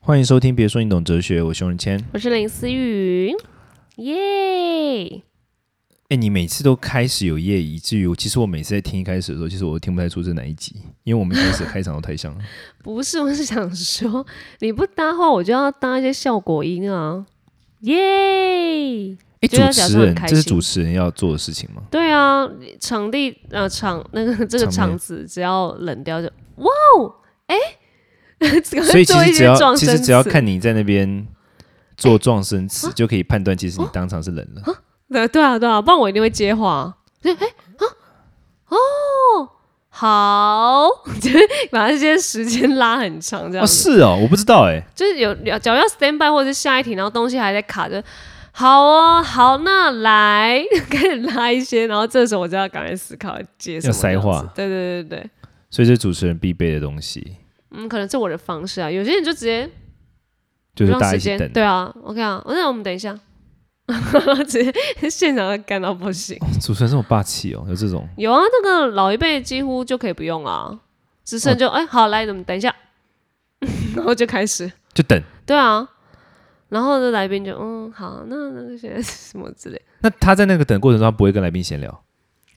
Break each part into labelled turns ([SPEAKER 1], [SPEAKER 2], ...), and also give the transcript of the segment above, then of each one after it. [SPEAKER 1] 欢迎收听，别说你懂哲学，我熊仁谦。
[SPEAKER 2] 我是林思雨，耶！
[SPEAKER 1] 哎，你每次都开始有夜，以至于我其实我每次在听一开始的时候，其实我都听不太出这哪一集，因为我们一开始的开场都太像 了。
[SPEAKER 2] 不是，我是想说，你不搭话，我就要搭一些效果音啊，耶！
[SPEAKER 1] 哎，
[SPEAKER 2] 觉得
[SPEAKER 1] 主
[SPEAKER 2] 假
[SPEAKER 1] 持
[SPEAKER 2] 设
[SPEAKER 1] 人
[SPEAKER 2] 很，开
[SPEAKER 1] 这是
[SPEAKER 2] 心
[SPEAKER 1] 主持人要做的事情 吗？
[SPEAKER 2] 对啊，场地呃场那个这个
[SPEAKER 1] 场面
[SPEAKER 2] 场子只要冷掉就哇哦，哎、赶快
[SPEAKER 1] 所以其
[SPEAKER 2] 做一
[SPEAKER 1] 实只
[SPEAKER 2] 些
[SPEAKER 1] 要
[SPEAKER 2] 撞
[SPEAKER 1] 其
[SPEAKER 2] 声
[SPEAKER 1] 实只要
[SPEAKER 2] 词
[SPEAKER 1] 看你在那边做撞声词，就可以判断其实你当场是冷了。
[SPEAKER 2] 对对啊对啊，不然我一定会接话。啊就哎啊哦，好， 就是把这些时间拉很 长，这样
[SPEAKER 1] 哦，
[SPEAKER 2] 子、
[SPEAKER 1] 是哦，我不知道哎。
[SPEAKER 2] 就是有假如要 stand by 或者是下一题，然后东西还在卡着。好哦，好，那来 开始拉一些，然后这时候我就要赶快思考接什么
[SPEAKER 1] 要塞
[SPEAKER 2] 这样子
[SPEAKER 1] 话
[SPEAKER 2] 对对对对对，
[SPEAKER 1] 所以这是主持人必备的东西
[SPEAKER 2] 嗯，可能是我的方式啊。有些人就直接
[SPEAKER 1] 就是
[SPEAKER 2] 让
[SPEAKER 1] 大家
[SPEAKER 2] 时
[SPEAKER 1] 一起
[SPEAKER 2] 间
[SPEAKER 1] 等，
[SPEAKER 2] 对啊，OK 啊，那我们等一下， 直接现场就干到不行。
[SPEAKER 1] 主持人这么霸气哦，有这种
[SPEAKER 2] 有啊，那个老一辈几乎就可以不用啦，只剩
[SPEAKER 1] 哦
[SPEAKER 2] 就哎、好来，怎么 等一下，然后就开始，
[SPEAKER 1] 就等。
[SPEAKER 2] 对啊，然后的来宾就嗯好，那那个现在是什么之类，
[SPEAKER 1] 那他在那个等过程中，他不会跟来宾闲聊，
[SPEAKER 2] 哦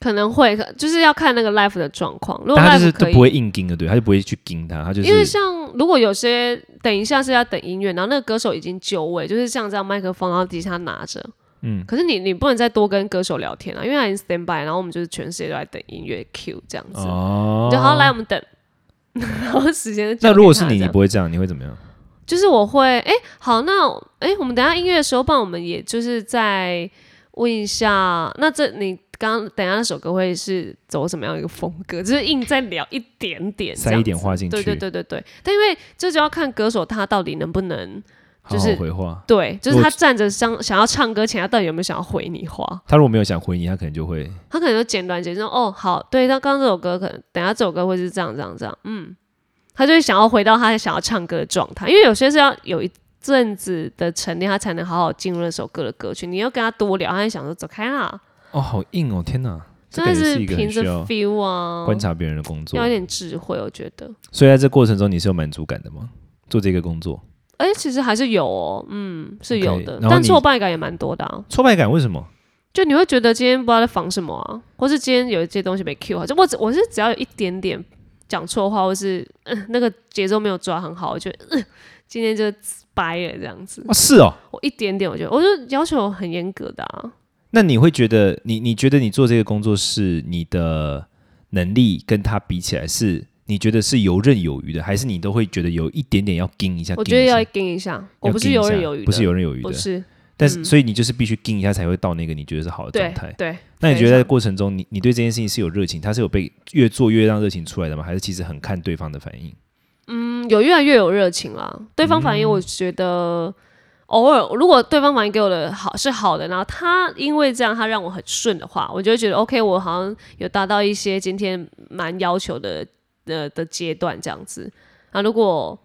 [SPEAKER 2] 可能会可就是要看那个 life 的状况，如果
[SPEAKER 1] 但他就是
[SPEAKER 2] life
[SPEAKER 1] 都
[SPEAKER 2] 可以，
[SPEAKER 1] 不会硬盯的，对，他就不会去盯他，他就是
[SPEAKER 2] 因为像如果有些等一下是要等音乐，然后那个歌手已经就位，就是像这样麦克风，然后底下拿着。
[SPEAKER 1] 嗯，
[SPEAKER 2] 可是你你不能再多跟歌手聊天了、因为他已经 stand by，然后我们就是全世界都在等音乐 cue 这样子，
[SPEAKER 1] 哦
[SPEAKER 2] 你就好来我们等， 然后时间就交
[SPEAKER 1] 那
[SPEAKER 2] 给
[SPEAKER 1] 如果
[SPEAKER 2] 他
[SPEAKER 1] 是你，
[SPEAKER 2] 这
[SPEAKER 1] 你
[SPEAKER 2] 样
[SPEAKER 1] 不会这样，你会怎么样？
[SPEAKER 2] 就是我会，哎、好，那哎、诶我们等一下音乐的时候，帮我们也就是再问一下，那这你刚刚等一下那首歌会是走什么样一个风格？就是硬再聊一点点，
[SPEAKER 1] 塞一点话进去，
[SPEAKER 2] 对对对对对。但因为这就要看歌手他到底能不能，
[SPEAKER 1] 好
[SPEAKER 2] 就
[SPEAKER 1] 好
[SPEAKER 2] 是
[SPEAKER 1] 回话。
[SPEAKER 2] 对，就是
[SPEAKER 1] 如果
[SPEAKER 2] 他站着想想要唱歌前，他到底有没有想要回你话？
[SPEAKER 1] 他如果没有想回你，他可能就会
[SPEAKER 2] 他可能就简短解释说，哦，好，对，他刚刚这首歌可能等一下这首歌会是这样这样这样，嗯，他就会想要回到他想要唱歌的状态，因为有些是要有一阵子的沉淀，他才能好好进入那首歌的歌曲。你要跟他多聊，他就想说走开啦，
[SPEAKER 1] 哦，好硬哦，天哪！这
[SPEAKER 2] 真
[SPEAKER 1] 感
[SPEAKER 2] 的
[SPEAKER 1] 觉
[SPEAKER 2] 是
[SPEAKER 1] 是一个
[SPEAKER 2] 凭
[SPEAKER 1] 很
[SPEAKER 2] 着
[SPEAKER 1] 需要
[SPEAKER 2] feel 啊，
[SPEAKER 1] 观察别人的工作
[SPEAKER 2] 要，有点智慧，我觉得。
[SPEAKER 1] 所以在这过程中你是有满足感的吗？做这个工作，
[SPEAKER 2] 哎、其实还是有哦，嗯，是
[SPEAKER 1] OK，
[SPEAKER 2] 有的
[SPEAKER 1] 然后
[SPEAKER 2] 但
[SPEAKER 1] 你
[SPEAKER 2] 挫败感也蛮多的啊。
[SPEAKER 1] 挫败感为什么？
[SPEAKER 2] 就你会觉得今天不知道在防什么啊，或是今天有一些东西没 Q 好，就我只我是只要有一点点讲错话，或是、嗯那个节奏没有抓很好，我觉得、嗯今天就掰了这样子
[SPEAKER 1] 啊，。是哦。
[SPEAKER 2] 我一点点，我觉得我就要求很严格的啊。
[SPEAKER 1] 那你会觉得，你你觉得你做这个工作是你的能力跟他比起来是？你觉得是游刃有余的，还是你都会觉得有一点点要盯一下？
[SPEAKER 2] 我觉得
[SPEAKER 1] 盯一下
[SPEAKER 2] 要盯一下，我不是游刃有余的，
[SPEAKER 1] 不是游刃有余
[SPEAKER 2] 不
[SPEAKER 1] 的，
[SPEAKER 2] 是
[SPEAKER 1] 但是
[SPEAKER 2] 嗯
[SPEAKER 1] 所以你就是必须盯一下才会到那个你觉得是好的
[SPEAKER 2] 对
[SPEAKER 1] 状态。
[SPEAKER 2] 对。
[SPEAKER 1] 那你觉得
[SPEAKER 2] 非
[SPEAKER 1] 在
[SPEAKER 2] 常
[SPEAKER 1] 过程中，你你对这件事情是有热情，它是有被越做越让热情出来的吗？还是其实很看对方的反应？
[SPEAKER 2] 嗯，有越来越有热情啦。对方反应，
[SPEAKER 1] 嗯
[SPEAKER 2] 我觉得偶尔如果对方反应给我的好是好的，然后他因为这样他让我很顺的话，我就会觉得 OK，我好像有达到一些今天蛮要求的的的阶段这样子啊。如果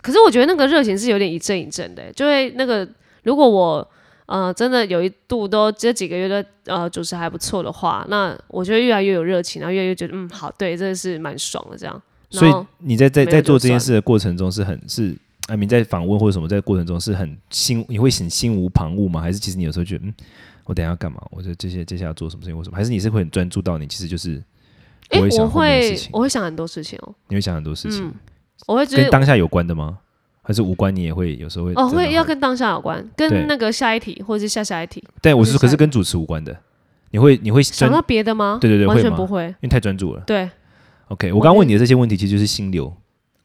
[SPEAKER 2] 可是我觉得那个热情是有点一阵一阵的、欸就会那个如果我。呃，真的有一度都这几个月的呃主持还不错的话，那我就会越来越有热情，然后越来越觉得嗯好，对，真的是蛮爽的这样。然
[SPEAKER 1] 所以
[SPEAKER 2] 后
[SPEAKER 1] 你在在
[SPEAKER 2] 没有
[SPEAKER 1] 在做
[SPEAKER 2] 就
[SPEAKER 1] 这件
[SPEAKER 2] 算
[SPEAKER 1] 事的过程中是很是，啊，你在访问或者什么在过程中是很心，你会很心无旁骛吗？还是其实你有时候觉得，嗯，我等一下要干嘛？我这这些接下来要做什么事情或什么？还是你是会很专注到你其实就是
[SPEAKER 2] 诶，
[SPEAKER 1] 不会
[SPEAKER 2] 我
[SPEAKER 1] 想后面的事
[SPEAKER 2] 会
[SPEAKER 1] 情，
[SPEAKER 2] 我会想很多事情哦，
[SPEAKER 1] 你会想很多事情，
[SPEAKER 2] 嗯我会觉
[SPEAKER 1] 跟
[SPEAKER 2] 得
[SPEAKER 1] 当下有关的吗？还是无关？你也会有时候会
[SPEAKER 2] 哦，
[SPEAKER 1] 真的
[SPEAKER 2] 会要
[SPEAKER 1] 会
[SPEAKER 2] 跟当下有关，
[SPEAKER 1] 对
[SPEAKER 2] 跟那个下一题或者是下下一题，
[SPEAKER 1] 但我
[SPEAKER 2] 或
[SPEAKER 1] 是
[SPEAKER 2] 是
[SPEAKER 1] 说，可是
[SPEAKER 2] 下
[SPEAKER 1] 跟主持无关的，你会你会专
[SPEAKER 2] 想到别的吗？
[SPEAKER 1] 对对对
[SPEAKER 2] 完
[SPEAKER 1] 会
[SPEAKER 2] 全
[SPEAKER 1] 吗
[SPEAKER 2] 不会。
[SPEAKER 1] 因为太专注了。
[SPEAKER 2] 对，
[SPEAKER 1] OK，我刚刚问你的这些问题其实就是心流。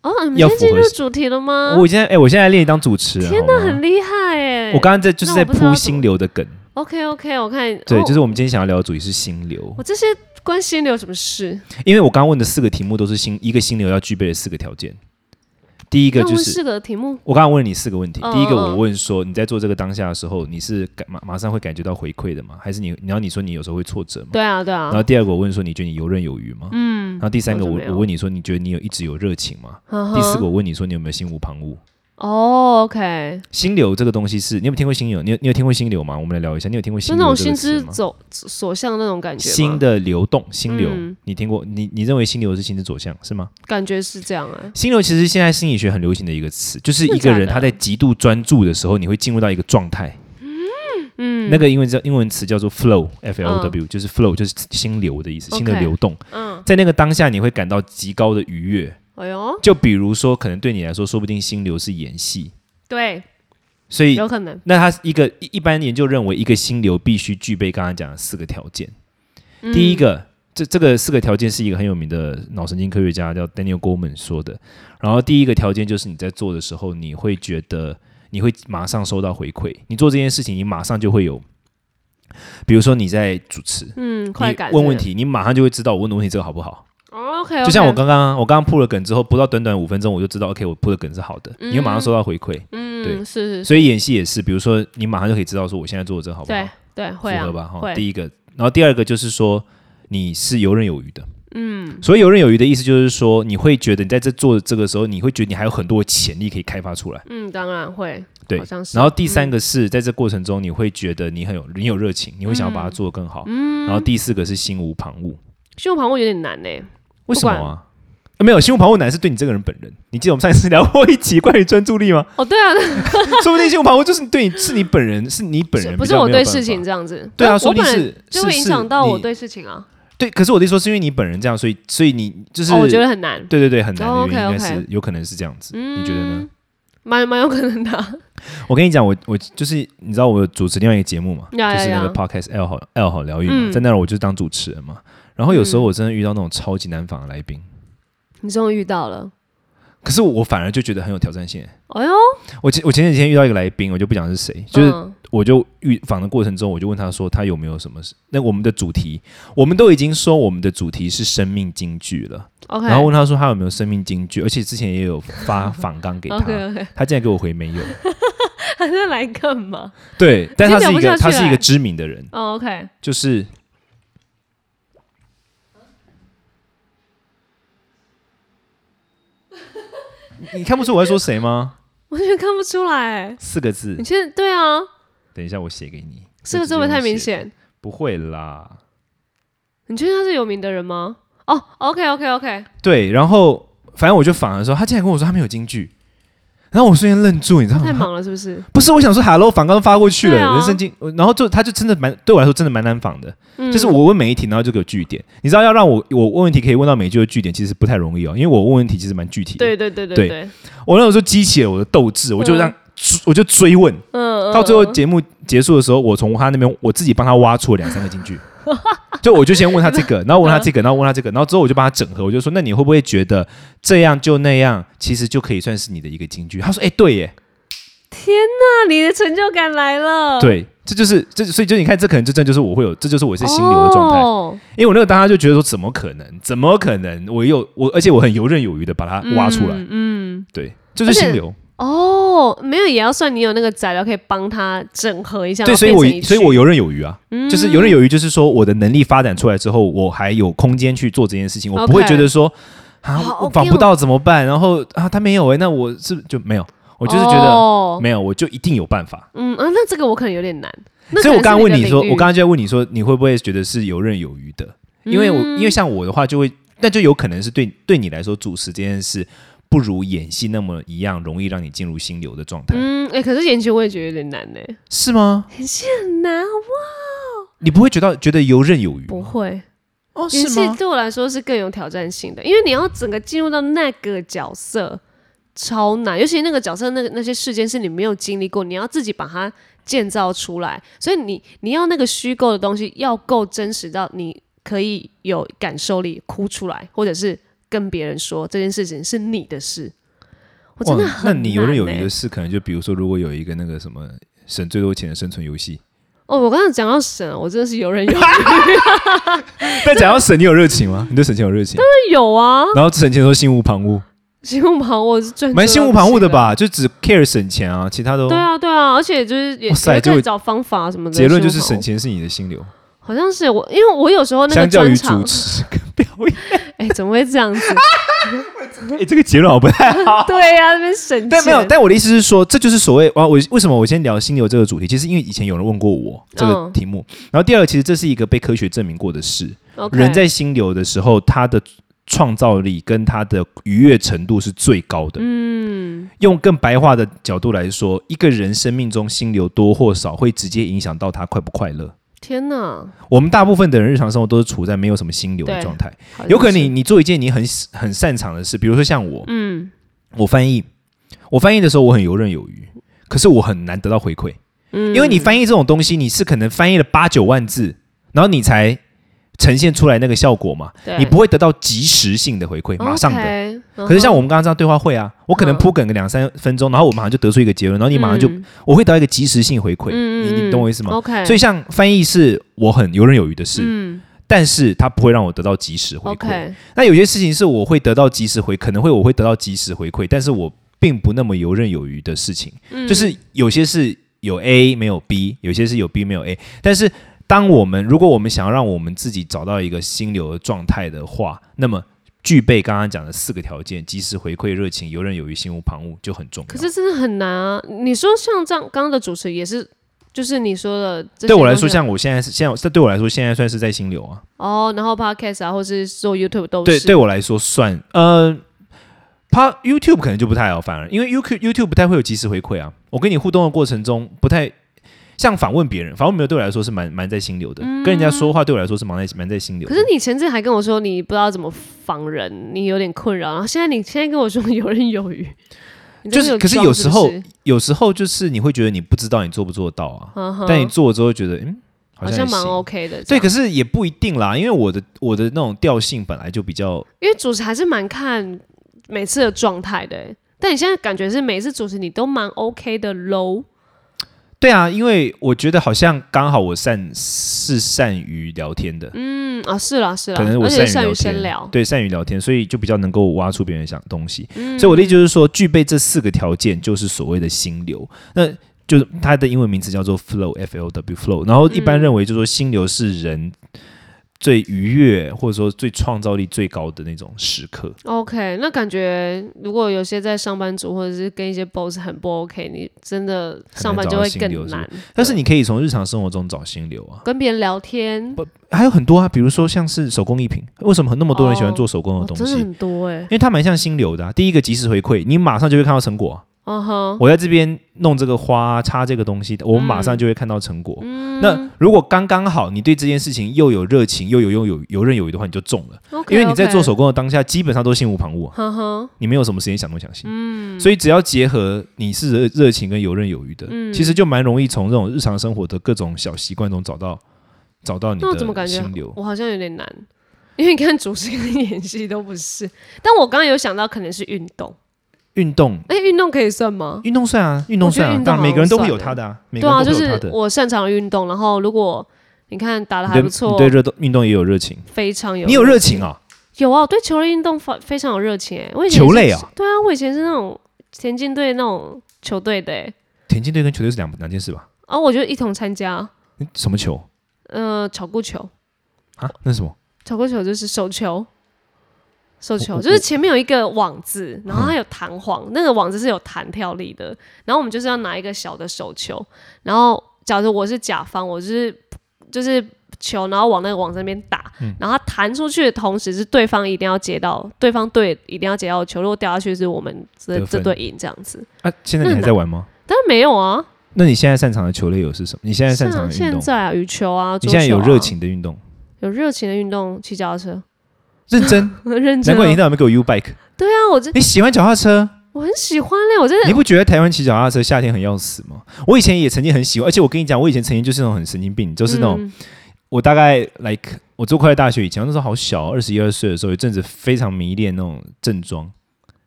[SPEAKER 2] 哦，你们
[SPEAKER 1] 要
[SPEAKER 2] 今天进
[SPEAKER 1] 符合
[SPEAKER 2] 入主题了吗？
[SPEAKER 1] 我现在哎、我现在练习当主持人，
[SPEAKER 2] 嗯天
[SPEAKER 1] 哪，
[SPEAKER 2] 很厉害哎！
[SPEAKER 1] 我刚刚在就是
[SPEAKER 2] 那
[SPEAKER 1] 在
[SPEAKER 2] 我不知道
[SPEAKER 1] 铺
[SPEAKER 2] 怎么哦
[SPEAKER 1] 心流的梗，
[SPEAKER 2] OK OK，我看
[SPEAKER 1] 对，
[SPEAKER 2] 哦
[SPEAKER 1] 就是我们今天想要聊的主题是心流
[SPEAKER 2] 我，这些关心你有什么事？
[SPEAKER 1] 因为我刚刚问的四个题目都是心一个心流要具备的四个条件。第一个
[SPEAKER 2] 那
[SPEAKER 1] 就
[SPEAKER 2] 问
[SPEAKER 1] 是
[SPEAKER 2] 四个题目，
[SPEAKER 1] 我刚刚问你四个问题，
[SPEAKER 2] 嗯
[SPEAKER 1] 第一个我
[SPEAKER 2] 嗯
[SPEAKER 1] 问说你在做这个当下的时候，你是感马马上会感觉到回馈的吗？还是你然后你说你有时候会挫折吗？
[SPEAKER 2] 对啊对啊
[SPEAKER 1] 然，后第二个我问说你觉得你游刃有余吗？嗯，然后第三个
[SPEAKER 2] 我就
[SPEAKER 1] 我
[SPEAKER 2] 没有
[SPEAKER 1] 我问你说你觉得你有一直有热情吗？
[SPEAKER 2] 嗯哼
[SPEAKER 1] 第四个，我问你说你有没有心无旁骛？
[SPEAKER 2] 哦，OK，
[SPEAKER 1] 心流这个东西是你有没有听过心流？你有你有听过心流吗？我们来聊一下。你有听过
[SPEAKER 2] 就
[SPEAKER 1] 心
[SPEAKER 2] 那
[SPEAKER 1] 流
[SPEAKER 2] 种
[SPEAKER 1] 这
[SPEAKER 2] 心
[SPEAKER 1] 个词
[SPEAKER 2] 之
[SPEAKER 1] 吗？
[SPEAKER 2] 走所向那种感觉吗，
[SPEAKER 1] 心的流动，心流，
[SPEAKER 2] 嗯
[SPEAKER 1] 你听过？你你认为心流是心之所向是吗？
[SPEAKER 2] 感觉是这样啊。
[SPEAKER 1] 心流其实现在心理学很流行的一个词，就是
[SPEAKER 2] 真的
[SPEAKER 1] 一个
[SPEAKER 2] 假
[SPEAKER 1] 人
[SPEAKER 2] 的
[SPEAKER 1] 他在极度专注的时候，你会进入到一个状态。
[SPEAKER 2] 嗯，
[SPEAKER 1] 那个英文叫英文词叫做 flow，f l o w，、就是 flow 就是心流的意思，心的
[SPEAKER 2] OK
[SPEAKER 1] 流动。
[SPEAKER 2] 嗯，
[SPEAKER 1] 在那个当下，你会感到极高的愉悦。
[SPEAKER 2] 哎呦，
[SPEAKER 1] 就比如说，可能对你来说，说不定心流是演戏，
[SPEAKER 2] 对，
[SPEAKER 1] 所以
[SPEAKER 2] 有可能，
[SPEAKER 1] 那它是一个一一般研究认为，一个心流必须具备刚才讲的四个条件。
[SPEAKER 2] 嗯
[SPEAKER 1] 第一个，这这个四个条件是一个很有名的脑神经科学家叫 Daniel Goleman 说的。然后第一个条件就是你在做的时候，你会觉得你会马上收到回馈，你做这件事情，你马上就会有，比如说你在主持，
[SPEAKER 2] 嗯，快感，哦
[SPEAKER 1] 你问问题，你马上就会知道我问的问题这个好不好。
[SPEAKER 2] ，OK，
[SPEAKER 1] 就像我刚刚我刚刚铺了梗之后，不到短短五分钟，我就知道 OK 我铺的梗是好的，你会马上收到回馈。对
[SPEAKER 2] 嗯，是是是，
[SPEAKER 1] 所以演戏也是，比如说你马上就可以知道说我现在做的这个好不好。
[SPEAKER 2] 对对，会
[SPEAKER 1] 符
[SPEAKER 2] 啊
[SPEAKER 1] 合吧？，哈，
[SPEAKER 2] 会，
[SPEAKER 1] 第一个，然后第二个就是说你是游刃有余的，嗯，所以游刃有余的意思就是说，你会觉得你在这做这个时候，你会觉得你还有很多的潜力可以开发出来，
[SPEAKER 2] 嗯，当然会，
[SPEAKER 1] 对
[SPEAKER 2] 好像是，
[SPEAKER 1] 然后第三个是、在这过程中，你会觉得你很有你有热情，
[SPEAKER 2] 嗯
[SPEAKER 1] 你会想要把它做得更好，嗯，然后第四个是心无旁骛，
[SPEAKER 2] 胸旁会有点难呢，
[SPEAKER 1] 为什么
[SPEAKER 2] 不
[SPEAKER 1] 啊？呃没有心无旁骛，难是对你这个人本人。你记得我们上一次聊过一集关于专注力吗？
[SPEAKER 2] 哦，对啊，
[SPEAKER 1] 说不定心无旁骛就是对你是你本人，是你本人
[SPEAKER 2] 不
[SPEAKER 1] 比
[SPEAKER 2] 是
[SPEAKER 1] 较
[SPEAKER 2] 我
[SPEAKER 1] 没有
[SPEAKER 2] 对
[SPEAKER 1] 办
[SPEAKER 2] 事
[SPEAKER 1] 法
[SPEAKER 2] 情这样子，
[SPEAKER 1] 对啊，
[SPEAKER 2] 我
[SPEAKER 1] 说不定
[SPEAKER 2] 本来
[SPEAKER 1] 是
[SPEAKER 2] 就是会影响到
[SPEAKER 1] 是
[SPEAKER 2] 我
[SPEAKER 1] 你
[SPEAKER 2] 对事情啊，
[SPEAKER 1] 对，可是我的意思说，是因为你本人这样，所以所以你就是、
[SPEAKER 2] 哦，我觉得很难，
[SPEAKER 1] 对对对很难的
[SPEAKER 2] 哦
[SPEAKER 1] 原因，应该
[SPEAKER 2] OK，OK 嗯
[SPEAKER 1] 是、有可能是这样子，你觉得呢？
[SPEAKER 2] 蛮蛮有可能的啊，
[SPEAKER 1] 我跟你讲，我我就是你知道我主持另外一个节目嘛，
[SPEAKER 2] 呀
[SPEAKER 1] 就是
[SPEAKER 2] 呀
[SPEAKER 1] 那
[SPEAKER 2] 呀
[SPEAKER 1] 个 podcast L 好 L 好疗愈嘛，
[SPEAKER 2] 嗯
[SPEAKER 1] 在那儿我就当主持人嘛。然后有时候我真的遇到那种超级难访的来宾，
[SPEAKER 2] 你终于遇到了，
[SPEAKER 1] 可是我反而就觉得很有挑战性。
[SPEAKER 2] 哎呦，
[SPEAKER 1] 我前我前几天遇到一个来宾，我就不讲是谁，就是
[SPEAKER 2] 嗯
[SPEAKER 1] 我就遇访的过程中，我就问他说他有没有什么事？那我们的主题，我们都已经说我们的主题是生命金句了。
[SPEAKER 2] OK，
[SPEAKER 1] 然后问他说他有没有生命金句，而且之前也有 发访纲给他，
[SPEAKER 2] OK OK，
[SPEAKER 1] 他竟然给我回没有。
[SPEAKER 2] 他是来干嘛？
[SPEAKER 1] 对，但他
[SPEAKER 2] 已经
[SPEAKER 1] 是一
[SPEAKER 2] 聊
[SPEAKER 1] 个
[SPEAKER 2] 不下
[SPEAKER 1] 他
[SPEAKER 2] 去啊
[SPEAKER 1] 是一个
[SPEAKER 2] 了
[SPEAKER 1] 知名的人，
[SPEAKER 2] 哦，OK，
[SPEAKER 1] 就是 你你看不出我在说谁吗？
[SPEAKER 2] 我觉得看不出来，
[SPEAKER 1] 四个字
[SPEAKER 2] 你，其实对啊，
[SPEAKER 1] 等一下我写给你。
[SPEAKER 2] 这个
[SPEAKER 1] 就
[SPEAKER 2] 字会
[SPEAKER 1] 直接
[SPEAKER 2] 太
[SPEAKER 1] 用
[SPEAKER 2] 明
[SPEAKER 1] 写，
[SPEAKER 2] 显。
[SPEAKER 1] 不会啦。
[SPEAKER 2] 你确定他是有名的人吗？哦，OK OK OK，
[SPEAKER 1] 对，然后反正我就访的时候，他竟然跟我说他没有金句，然后我瞬间愣住，你知道吗？
[SPEAKER 2] 太忙了是不是？
[SPEAKER 1] 不是，我想说 hello 访刚发过去了，
[SPEAKER 2] 对啊
[SPEAKER 1] 人生经，然后就他就真的蛮对我来说真的蛮难访的，
[SPEAKER 2] 嗯
[SPEAKER 1] 就是我问每一题，然后就给我据点。你知道要让我我问问题可以问到每一句的据点，其实不太容易哦，因为我问问题其实蛮具体的。
[SPEAKER 2] 对对对对
[SPEAKER 1] 对
[SPEAKER 2] 对，
[SPEAKER 1] 我那时候激起了我的斗志，我就让、我就追问，
[SPEAKER 2] 嗯，
[SPEAKER 1] 到最后
[SPEAKER 2] 嗯
[SPEAKER 1] 节目结束的时候，我从他那边我自己帮他挖出了两三个金 句。就我就先问他这
[SPEAKER 2] 嗯
[SPEAKER 1] 个，然后问他这个，然后问他这个，然后之后我就帮他整合，我就说，那你会不会觉得这样就那样，其实就可以算是你的一个金句？他说，哎、对耶，
[SPEAKER 2] 那你的成就感来 了，，
[SPEAKER 1] 对，这就是这，所以就你看，这可能就真的就是我会有，这就是我是心流的状态。
[SPEAKER 2] 哦、
[SPEAKER 1] 因为我那个当下就觉得说，怎么可能？怎么可能？我有我，而且我很游刃有余的把它挖出来。
[SPEAKER 2] 嗯，嗯
[SPEAKER 1] 对，就是心流。
[SPEAKER 2] 哦，没有也要算你有那个材料可以帮他整合一下，
[SPEAKER 1] 对，
[SPEAKER 2] 然后
[SPEAKER 1] 所以我
[SPEAKER 2] 变成一嗯句
[SPEAKER 1] 所以我游刃有余啊，就是游刃有余，就是说我的能力发展出来之后，我还有空间去做这件事情，我不会
[SPEAKER 2] OK
[SPEAKER 1] 觉得说啊
[SPEAKER 2] 好，
[SPEAKER 1] 我访不到怎么办？然后啊，他没有哎、那我是不是就没有？我就是觉得
[SPEAKER 2] 哦、
[SPEAKER 1] 没有，我就一定有办法。
[SPEAKER 2] 嗯啊，那这个我可能有点难， 那
[SPEAKER 1] 所以我
[SPEAKER 2] 可能
[SPEAKER 1] 刚
[SPEAKER 2] 是
[SPEAKER 1] 刚问
[SPEAKER 2] 你
[SPEAKER 1] 你
[SPEAKER 2] 的
[SPEAKER 1] 说，
[SPEAKER 2] 领
[SPEAKER 1] 我
[SPEAKER 2] 域
[SPEAKER 1] 刚刚就在问你说，你会不会觉得是游刃有余的？因为我、
[SPEAKER 2] 嗯
[SPEAKER 1] 因为像我的话，就会，那就有可能是对对你来说，主持这件事不如演戏那么一样容易让你进入心流的状态，
[SPEAKER 2] 嗯，哎、可是研究我也觉得有点难呢、
[SPEAKER 1] 是吗？
[SPEAKER 2] 演戏很嗯难，哇，
[SPEAKER 1] 你不会觉得觉得游刃有余
[SPEAKER 2] 不
[SPEAKER 1] 吗？
[SPEAKER 2] 会。
[SPEAKER 1] 哦，
[SPEAKER 2] 演
[SPEAKER 1] 是
[SPEAKER 2] 戏
[SPEAKER 1] 吗？
[SPEAKER 2] 对我来说是更有挑战性的，因为你要整个进入到那个角色，超难。尤其那个角色那个那些事件是你没有经历过，你要自己把它建造出来，所以你你要那个虚构的东西要够真实到你可以有感受力，哭出来，或者是跟别人说这件事情是你的事。我真的
[SPEAKER 1] 哇
[SPEAKER 2] 很、
[SPEAKER 1] 那
[SPEAKER 2] 难
[SPEAKER 1] 你游刃有
[SPEAKER 2] 欸
[SPEAKER 1] 余的事，可能就比如说，如果有一个那个什么省最多钱的生存游戏，
[SPEAKER 2] 哦！我刚刚讲到神，我真的是游刃有 余，
[SPEAKER 1] 但讲到省，你有热情吗？你对省钱有热情？
[SPEAKER 2] 有啊，
[SPEAKER 1] 然后省钱的时候心无旁骛，
[SPEAKER 2] 心无旁骛我是专注
[SPEAKER 1] 蛮
[SPEAKER 2] 到
[SPEAKER 1] 心无
[SPEAKER 2] 不
[SPEAKER 1] 旁骛
[SPEAKER 2] 行
[SPEAKER 1] 的吧？就只 care 省钱啊，其他都
[SPEAKER 2] 对啊，对啊，而且就是也
[SPEAKER 1] 哇塞
[SPEAKER 2] 也
[SPEAKER 1] 就
[SPEAKER 2] 在找方法什么的。
[SPEAKER 1] 结论就是
[SPEAKER 2] 生活
[SPEAKER 1] 省钱是你的心流。
[SPEAKER 2] 好像是我，因为我有时候那个
[SPEAKER 1] 相较
[SPEAKER 2] 专
[SPEAKER 1] 于
[SPEAKER 2] 场
[SPEAKER 1] 主，持跟表 演，
[SPEAKER 2] 哎、怎么会这样 子？
[SPEAKER 1] 哎、这个结论好不太好。
[SPEAKER 2] 对呀、那边省钱。
[SPEAKER 1] 但没有，但我的意思是说，这就是所谓啊，我为什么我先聊心流这个主题？其实因为以前有人问过我这个
[SPEAKER 2] 嗯
[SPEAKER 1] 题目，然后第二，其实这是一个被科学证明过的事，
[SPEAKER 2] OK
[SPEAKER 1] 人在心流的时候，他的创造力跟他的愉悦程度是最高的。
[SPEAKER 2] 嗯
[SPEAKER 1] 用更白话的角度来说，一个人生命中心流多或少，会直接影响到他快不快乐。
[SPEAKER 2] 天哪，
[SPEAKER 1] 我们大部分的人日常生活都是处在没有什么心流的
[SPEAKER 2] 对
[SPEAKER 1] 状态，
[SPEAKER 2] 好像
[SPEAKER 1] 有可能
[SPEAKER 2] 是
[SPEAKER 1] 你你做一件你很很擅长的事，比如说像我，
[SPEAKER 2] 嗯
[SPEAKER 1] 我翻译，我翻译的时候我很游刃有余，可是我很难得到回馈，
[SPEAKER 2] 嗯，
[SPEAKER 1] 因为你翻译这种东西，你是可能翻译了八九万字，然后你才呈现出来那个效果嘛，
[SPEAKER 2] 对
[SPEAKER 1] 你不会得到及时性的回馈，马上的。
[SPEAKER 2] OK，
[SPEAKER 1] 可是像
[SPEAKER 2] 嗯
[SPEAKER 1] 我们刚刚这样对话会啊，我可能铺梗个两三分钟，然后我马上就得出一个结论，然后
[SPEAKER 2] 哼
[SPEAKER 1] 你马上就，
[SPEAKER 2] 嗯
[SPEAKER 1] 我会得到一个及时性回馈，
[SPEAKER 2] 嗯
[SPEAKER 1] 你你懂我意思吗？
[SPEAKER 2] ？OK，
[SPEAKER 1] 所以像翻译是我很游刃有余的事，
[SPEAKER 2] 嗯
[SPEAKER 1] 但是它不会让我得到及时回馈。
[SPEAKER 2] ，OK，
[SPEAKER 1] 那有些事情是我会得到及时回，可能会我会得到及时回馈，但是我并不那么游刃有余的事情，
[SPEAKER 2] 嗯
[SPEAKER 1] 就是有些是有 A 没有 B，有些是有 B 没有 A，但是。当我们如果我们想要让我们自己找到一个心流的状态的话，那么具备刚刚讲的四个条件：及时回馈、热情、游刃有余、心无旁骛，就很重要。
[SPEAKER 2] 可是真的很难啊！你说像这样，刚刚的主持也是，就是你说的这些
[SPEAKER 1] 对我来
[SPEAKER 2] 东
[SPEAKER 1] 说，
[SPEAKER 2] 西
[SPEAKER 1] 像我现在是现在，这对我来说现在算是在心流啊。
[SPEAKER 2] 哦，然后 podcast 啊，或是做 YouTube 都
[SPEAKER 1] 对，
[SPEAKER 2] 是
[SPEAKER 1] 对我来说算呃，他 YouTube 可能就不太好，反而因为 YouTube YouTube 不太会有及时回馈啊。我跟你互动的过程中，不太像访问别人，访问别人对我来说是蛮蛮在心流的，跟人家说话对我来说是蛮在蛮在心流的。
[SPEAKER 2] 嗯可是你前阵还跟我说你不知道怎么防人，你有点困扰，然后现在你现在跟我说 游刃有余，你
[SPEAKER 1] 就
[SPEAKER 2] 真的
[SPEAKER 1] 是，
[SPEAKER 2] 有
[SPEAKER 1] 可是
[SPEAKER 2] 装
[SPEAKER 1] 有时候
[SPEAKER 2] 是不是，
[SPEAKER 1] 有时候就是你会觉得你不知道你做不做得到啊，
[SPEAKER 2] 嗯哼
[SPEAKER 1] 但你做了之后觉得，嗯，好
[SPEAKER 2] 好像
[SPEAKER 1] 像
[SPEAKER 2] 蛮哦
[SPEAKER 1] 还行
[SPEAKER 2] OK 的这
[SPEAKER 1] 对，
[SPEAKER 2] 样。
[SPEAKER 1] 可是也不一定啦，因为我的我的那种调性本来就比较
[SPEAKER 2] 因为主持还是蛮看每次的状态的欸。但你现在感觉是每次主持你都蛮 OK 的喽？
[SPEAKER 1] 对啊，因为我觉得好像刚好我善是善于聊天的，
[SPEAKER 2] 嗯啊，是啦是啦，
[SPEAKER 1] 可能我
[SPEAKER 2] 而且
[SPEAKER 1] 善
[SPEAKER 2] 善
[SPEAKER 1] 于
[SPEAKER 2] 于
[SPEAKER 1] 天，
[SPEAKER 2] 深聊，
[SPEAKER 1] 对，善于聊天，所以就比较能够挖出别人想的东西。
[SPEAKER 2] 嗯
[SPEAKER 1] 所以我的意思就是说，具备这四个条件，就是所谓的心流。那就是它的英文名字叫做 flow，F L W flow。然后一
[SPEAKER 2] 嗯
[SPEAKER 1] 般认为就是说，心流是人最愉悦或者说最创造力最高的那种时刻。
[SPEAKER 2] OK，那感觉如果有些在上班族或者是跟一些 boss 很不 OK，你真的上班就会
[SPEAKER 1] 很难找到
[SPEAKER 2] 更
[SPEAKER 1] 心流
[SPEAKER 2] 难。
[SPEAKER 1] 但是你可以从日常生活中找心流啊，
[SPEAKER 2] 跟别人聊天，
[SPEAKER 1] 不还有很多啊，比如说像是手工艺品，为什么那么多人喜欢做手工
[SPEAKER 2] 哦
[SPEAKER 1] 的东
[SPEAKER 2] 真
[SPEAKER 1] 西？
[SPEAKER 2] 的很多哎
[SPEAKER 1] 因、为它蛮像心流的啊、第一个及时回馈，你马上就会看到成果啊、
[SPEAKER 2] 嗯哼，
[SPEAKER 1] 我在这边弄这个花、插这个东西，我们马上就会看到成果。
[SPEAKER 2] 嗯
[SPEAKER 1] 那如果刚刚好，你对这件事情又有热情，又有又有游刃有余的话，你就中了。
[SPEAKER 2] OK，
[SPEAKER 1] 因为你在
[SPEAKER 2] OK
[SPEAKER 1] 做手，工的当下，基本上都心无旁骛、啊，
[SPEAKER 2] 哼哼，嗯
[SPEAKER 1] 你没有什么时间想东想西。所以只要结合你是热热情跟游刃有余的，
[SPEAKER 2] 嗯
[SPEAKER 1] 其实就蛮容易从这种日常生活的各种小习惯中找到找到你
[SPEAKER 2] 那我怎么
[SPEAKER 1] 的
[SPEAKER 2] 感觉
[SPEAKER 1] 心流。
[SPEAKER 2] 我好像有点难？因为你看主持跟 演戏都不是，但我刚刚有想到可能是运动，
[SPEAKER 1] 运动，
[SPEAKER 2] 哎、运动可以算吗？
[SPEAKER 1] 运动算啊，运动算
[SPEAKER 2] 我
[SPEAKER 1] 啊，
[SPEAKER 2] 觉得运动
[SPEAKER 1] 当然每个人都会
[SPEAKER 2] 好像
[SPEAKER 1] 有他的啊，每个
[SPEAKER 2] 对
[SPEAKER 1] 人
[SPEAKER 2] 啊，
[SPEAKER 1] 都
[SPEAKER 2] 就
[SPEAKER 1] 会有他
[SPEAKER 2] 是
[SPEAKER 1] 的。
[SPEAKER 2] 我擅长的运动，然后如果你看打的
[SPEAKER 1] 你
[SPEAKER 2] 还
[SPEAKER 1] 对
[SPEAKER 2] 不错
[SPEAKER 1] 你，对热动运动也有热情，
[SPEAKER 2] 非常有，
[SPEAKER 1] 你有热情啊？
[SPEAKER 2] 有啊，我对球类运动非非常有热情哎、我以前
[SPEAKER 1] 球
[SPEAKER 2] 是
[SPEAKER 1] 类啊，
[SPEAKER 2] 对啊，我以前是那种田径队那种球队的、欸，
[SPEAKER 1] 田径队跟球队是两两件事吧？
[SPEAKER 2] 啊，我就一同参加，
[SPEAKER 1] 嗯什么球
[SPEAKER 2] 呃，巧固球，
[SPEAKER 1] 啊？那是什么？
[SPEAKER 2] 巧固球就是手球，手
[SPEAKER 1] 我
[SPEAKER 2] 球
[SPEAKER 1] 我
[SPEAKER 2] 就是前面有一个网
[SPEAKER 1] 嗯
[SPEAKER 2] 子，然后它有弹簧，那个网子是有弹跳力的，然后我们就是要拿一个小的手球，然后假如我是甲方，我就是就是球，然后往那个网子那边打，
[SPEAKER 1] 嗯
[SPEAKER 2] 然后它弹出去的同时是对方一定要接到，对方队一定要接到球，如果掉下去是我们这
[SPEAKER 1] 得
[SPEAKER 2] 这
[SPEAKER 1] 分
[SPEAKER 2] 队赢这样子，
[SPEAKER 1] 啊，现在你还在玩吗？
[SPEAKER 2] 但是没有啊。
[SPEAKER 1] 那你现在擅长的球类有是什么？你现在擅
[SPEAKER 2] 像
[SPEAKER 1] 长的运
[SPEAKER 2] 现
[SPEAKER 1] 动？
[SPEAKER 2] 在啊，羽球啊，
[SPEAKER 1] 你
[SPEAKER 2] 桌
[SPEAKER 1] 现在
[SPEAKER 2] 球
[SPEAKER 1] 有
[SPEAKER 2] 啊
[SPEAKER 1] 热，情的运 动？
[SPEAKER 2] 有热情的运动，骑脚踏车，
[SPEAKER 1] 认真，
[SPEAKER 2] 认
[SPEAKER 1] 难
[SPEAKER 2] 真哦。
[SPEAKER 1] 怪你那有没给我 U bike。
[SPEAKER 2] 对啊，我这
[SPEAKER 1] 你喜欢脚踏 车，
[SPEAKER 2] 我很喜欢嘞，我真
[SPEAKER 1] 你
[SPEAKER 2] 的
[SPEAKER 1] 不觉得台湾骑脚踏车夏天很要死吗？我以前也曾经很喜欢，而且我跟你讲，我以前曾经就是那种很神经病，就是那种、
[SPEAKER 2] 嗯
[SPEAKER 1] 我大概 like 我做快乐大学以前，那时候好小，二十一二岁的时候，有一阵子非常迷恋那种正装，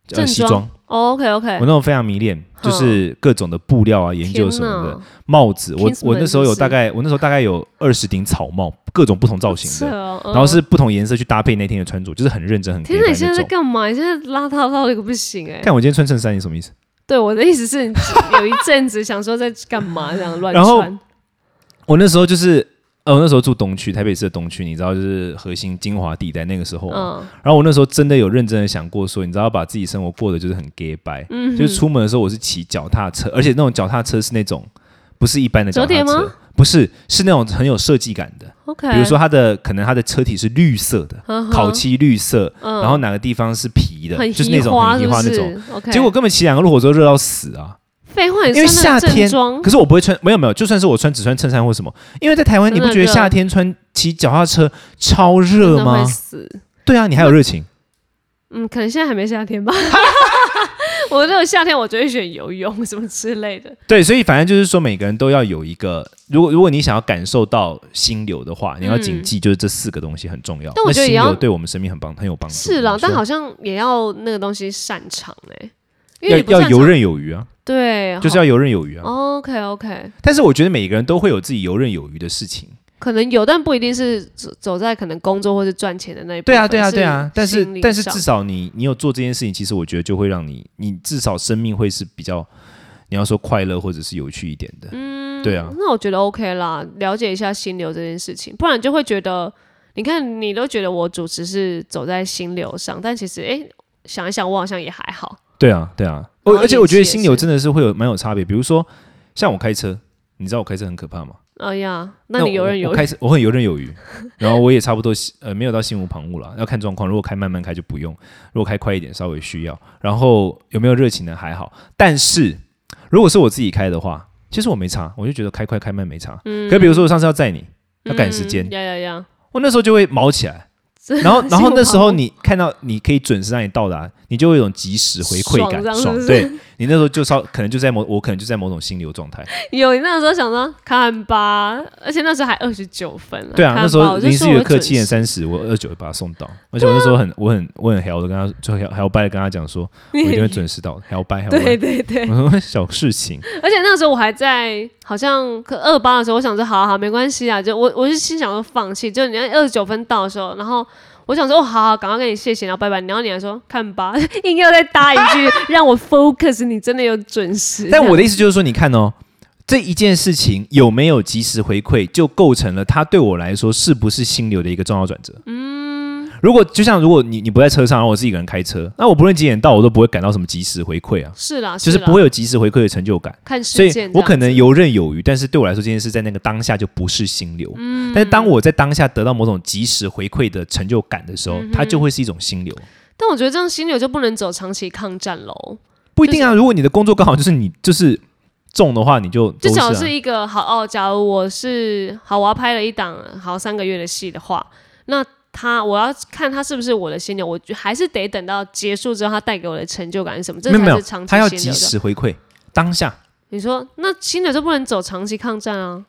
[SPEAKER 2] 正
[SPEAKER 1] 呃、西
[SPEAKER 2] 装
[SPEAKER 1] 装，
[SPEAKER 2] 哦 OK
[SPEAKER 1] 我
[SPEAKER 2] OK，
[SPEAKER 1] 那种非常迷恋，就是各种的布料啊、研究什么的。帽子，我
[SPEAKER 2] Kingsman
[SPEAKER 1] 我那时候有
[SPEAKER 2] 是不是
[SPEAKER 1] 大概，我那时候大概有二十顶草帽，各种不同造型
[SPEAKER 2] 是
[SPEAKER 1] 的，
[SPEAKER 2] 哦，嗯
[SPEAKER 1] 然后是不同颜色去搭配那天的穿着，就是很认真很 gay
[SPEAKER 2] 天哪，
[SPEAKER 1] 白
[SPEAKER 2] 你现在
[SPEAKER 1] 那
[SPEAKER 2] 在
[SPEAKER 1] 种。
[SPEAKER 2] 干嘛？你现在邋遢到一个不行哎。
[SPEAKER 1] 看我今天穿衬衫，你什么意思？
[SPEAKER 2] 对，我的意思是，有一阵子想说在干嘛这样乱嗯
[SPEAKER 1] 然后
[SPEAKER 2] 穿，
[SPEAKER 1] 我那时候就是呃，我那时候住东区，台北市的东区，你知道，就是核心精华地带那个时候、啊。
[SPEAKER 2] 嗯
[SPEAKER 1] 然后我那时候真的有认真的想过说，你知道，把自己生活过得就是很 gay 白、
[SPEAKER 2] 嗯哼，
[SPEAKER 1] 啊
[SPEAKER 2] 嗯
[SPEAKER 1] 就是出门的时候我是骑脚踏车，而且那种脚踏车是那种不是一般的脚踏
[SPEAKER 2] 折叠吗
[SPEAKER 1] 车，不是，是那种很有设计感的。
[SPEAKER 2] OK，
[SPEAKER 1] 比如说它的可能它的车体是绿色的，烤漆绿色，然后哪个地方是皮的，
[SPEAKER 2] 嗯很
[SPEAKER 1] 就是那种很
[SPEAKER 2] 移
[SPEAKER 1] 移
[SPEAKER 2] 花
[SPEAKER 1] 花那
[SPEAKER 2] 是
[SPEAKER 1] 种。
[SPEAKER 2] 不是 OK，
[SPEAKER 1] 结果根本骑两个路火车热到死啊！
[SPEAKER 2] 废话，你
[SPEAKER 1] 因为
[SPEAKER 2] 穿那
[SPEAKER 1] 夏
[SPEAKER 2] 个正
[SPEAKER 1] 天
[SPEAKER 2] 装
[SPEAKER 1] 可是我不会穿，没有没有，就算是我穿只穿衬衫或什么，因为在台湾你
[SPEAKER 2] 真的
[SPEAKER 1] 不觉得夏天穿骑脚踏车超
[SPEAKER 2] 真
[SPEAKER 1] 热
[SPEAKER 2] 的会
[SPEAKER 1] 吗？
[SPEAKER 2] 死。
[SPEAKER 1] 对啊，你还有热情，
[SPEAKER 2] 嗯，可能现在还没夏 天吧。我这个夏天，我就会选游泳什么之类的。
[SPEAKER 1] 对，所以反正就是说每个人都要有一个，如果如果你想要感受到心流的话，你要谨记就是这四个东西很重要。
[SPEAKER 2] 嗯但我觉得
[SPEAKER 1] 那心
[SPEAKER 2] 也要
[SPEAKER 1] 流对我们生命很帮很有帮助。
[SPEAKER 2] 是啦
[SPEAKER 1] 你，说
[SPEAKER 2] 但好像也要那个东西擅长哎、因为你不哦
[SPEAKER 1] 要要
[SPEAKER 2] 擅
[SPEAKER 1] 游
[SPEAKER 2] 长
[SPEAKER 1] 刃有余啊，
[SPEAKER 2] 对，
[SPEAKER 1] 就是要游刃有余
[SPEAKER 2] 哦
[SPEAKER 1] 啊。
[SPEAKER 2] OK OK，
[SPEAKER 1] 但是我觉得每个人都会有自己游刃有余的事情。
[SPEAKER 2] 可能有，但不一定是走走在可能工作或是赚钱的那一部
[SPEAKER 1] 对
[SPEAKER 2] 分。
[SPEAKER 1] 啊，对啊，对啊。但
[SPEAKER 2] 是
[SPEAKER 1] 是
[SPEAKER 2] 心理
[SPEAKER 1] 但是
[SPEAKER 2] 上
[SPEAKER 1] 至少你你有做这件事情，其实我觉得就会让你你至少生命会是比较你要说快乐或者是有趣一点的。嗯，对啊，
[SPEAKER 2] 那我觉得 OK 啦，了解一下心流这件事情，不然你就会觉得，你看你都觉得我主持是走在心流上，但其实哎、想一想我好像也还好。
[SPEAKER 1] 对啊，对啊。
[SPEAKER 2] 然
[SPEAKER 1] 我
[SPEAKER 2] 后
[SPEAKER 1] 而且我觉得
[SPEAKER 2] 运气也
[SPEAKER 1] 心流
[SPEAKER 2] 是
[SPEAKER 1] 真的是会有蛮有差别。比如说像我开车，你知道我开车很可怕吗？
[SPEAKER 2] 哎呀，那你游
[SPEAKER 1] 我
[SPEAKER 2] 刃有嗯
[SPEAKER 1] 我
[SPEAKER 2] 余
[SPEAKER 1] 开车我很游刃有余，然后我也差不多呃没有到心无旁骛了，要看状况。如果开慢慢开就不用，如果开快一点稍微需要。然后有没有热情呢？还好。但是如果是我自己开的话，其实我没差，我就觉得开快开慢没差。可比如说我上次要载你，要赶时间
[SPEAKER 2] 嗯，呀呀呀！
[SPEAKER 1] 我那时候就会毛起来。然后，然后那时候你看到你可以准时让你到达，你就会有一种及时回馈感
[SPEAKER 2] 爽，这样
[SPEAKER 1] 爽
[SPEAKER 2] 是。不是
[SPEAKER 1] 对你那时候就稍可能就在某我可能就在某种心流 状态。
[SPEAKER 2] 有，你那时候想说看吧，而且那时候还二十九分了。
[SPEAKER 1] 对啊，
[SPEAKER 2] 看吧
[SPEAKER 1] 那时候
[SPEAKER 2] 我就
[SPEAKER 1] 林
[SPEAKER 2] 说
[SPEAKER 1] 思雨
[SPEAKER 2] 我
[SPEAKER 1] 的课
[SPEAKER 2] 准
[SPEAKER 1] 七点三十，我二九把他送到，而且我那时候很我很我很 hell 的跟他就 hell hell by 的跟他讲说，我
[SPEAKER 2] 你
[SPEAKER 1] 一定会准时到，hell by hell
[SPEAKER 2] 对
[SPEAKER 1] by。
[SPEAKER 2] 对对，
[SPEAKER 1] 我说 小事情，
[SPEAKER 2] 而且那时候我还在好像可二八的时候，我想说好啊好啊没关系啊，就我我是心想说放弃，就你二十九分到的时候，然后我想说哦好好，赶快跟你谢谢，然后拜拜，然后你还说看吧，硬要再搭一 句让我 focus，你真的有准时。
[SPEAKER 1] 但我的意思就是说，你看哦，这一件事情有没有及时回馈，就构成了他对我来说是不是心流的一个重要转折。嗯，如果就像如果你你不在车上，然后我自己一个人开车，那我不论几点到，我都不会感到什么及时回馈啊，
[SPEAKER 2] 是啦，
[SPEAKER 1] 就是
[SPEAKER 2] 啦
[SPEAKER 1] 不会有及时回馈的成就感。
[SPEAKER 2] 看
[SPEAKER 1] 所
[SPEAKER 2] 事
[SPEAKER 1] 以
[SPEAKER 2] 件这样子，
[SPEAKER 1] 我可能游刃有余，但是对我来说，这件事在那个当下就不是心流。但是当我在当下得到某种及时回馈的成就感的时候，它嗯就会是一种心流。
[SPEAKER 2] 但我觉得这样心流就不能走长期抗战喽。
[SPEAKER 1] 不一定啊，如果你的工作刚好就是你就是中的话，你就
[SPEAKER 2] 至
[SPEAKER 1] 都
[SPEAKER 2] 少
[SPEAKER 1] 是
[SPEAKER 2] 是
[SPEAKER 1] 啊。
[SPEAKER 2] 一个好哦。假如我是好，我要拍了一档好三个月的戏的话，那他我要看他是不是我的心流，我就还是得等到结束之后，他带给我的成就感是什么？这
[SPEAKER 1] 没有没
[SPEAKER 2] 才
[SPEAKER 1] 有
[SPEAKER 2] 是长，期
[SPEAKER 1] 它
[SPEAKER 2] 心
[SPEAKER 1] 要
[SPEAKER 2] 流
[SPEAKER 1] 及
[SPEAKER 2] 的。
[SPEAKER 1] 时回馈当下，
[SPEAKER 2] 你说那心流就不能走长期抗战啊？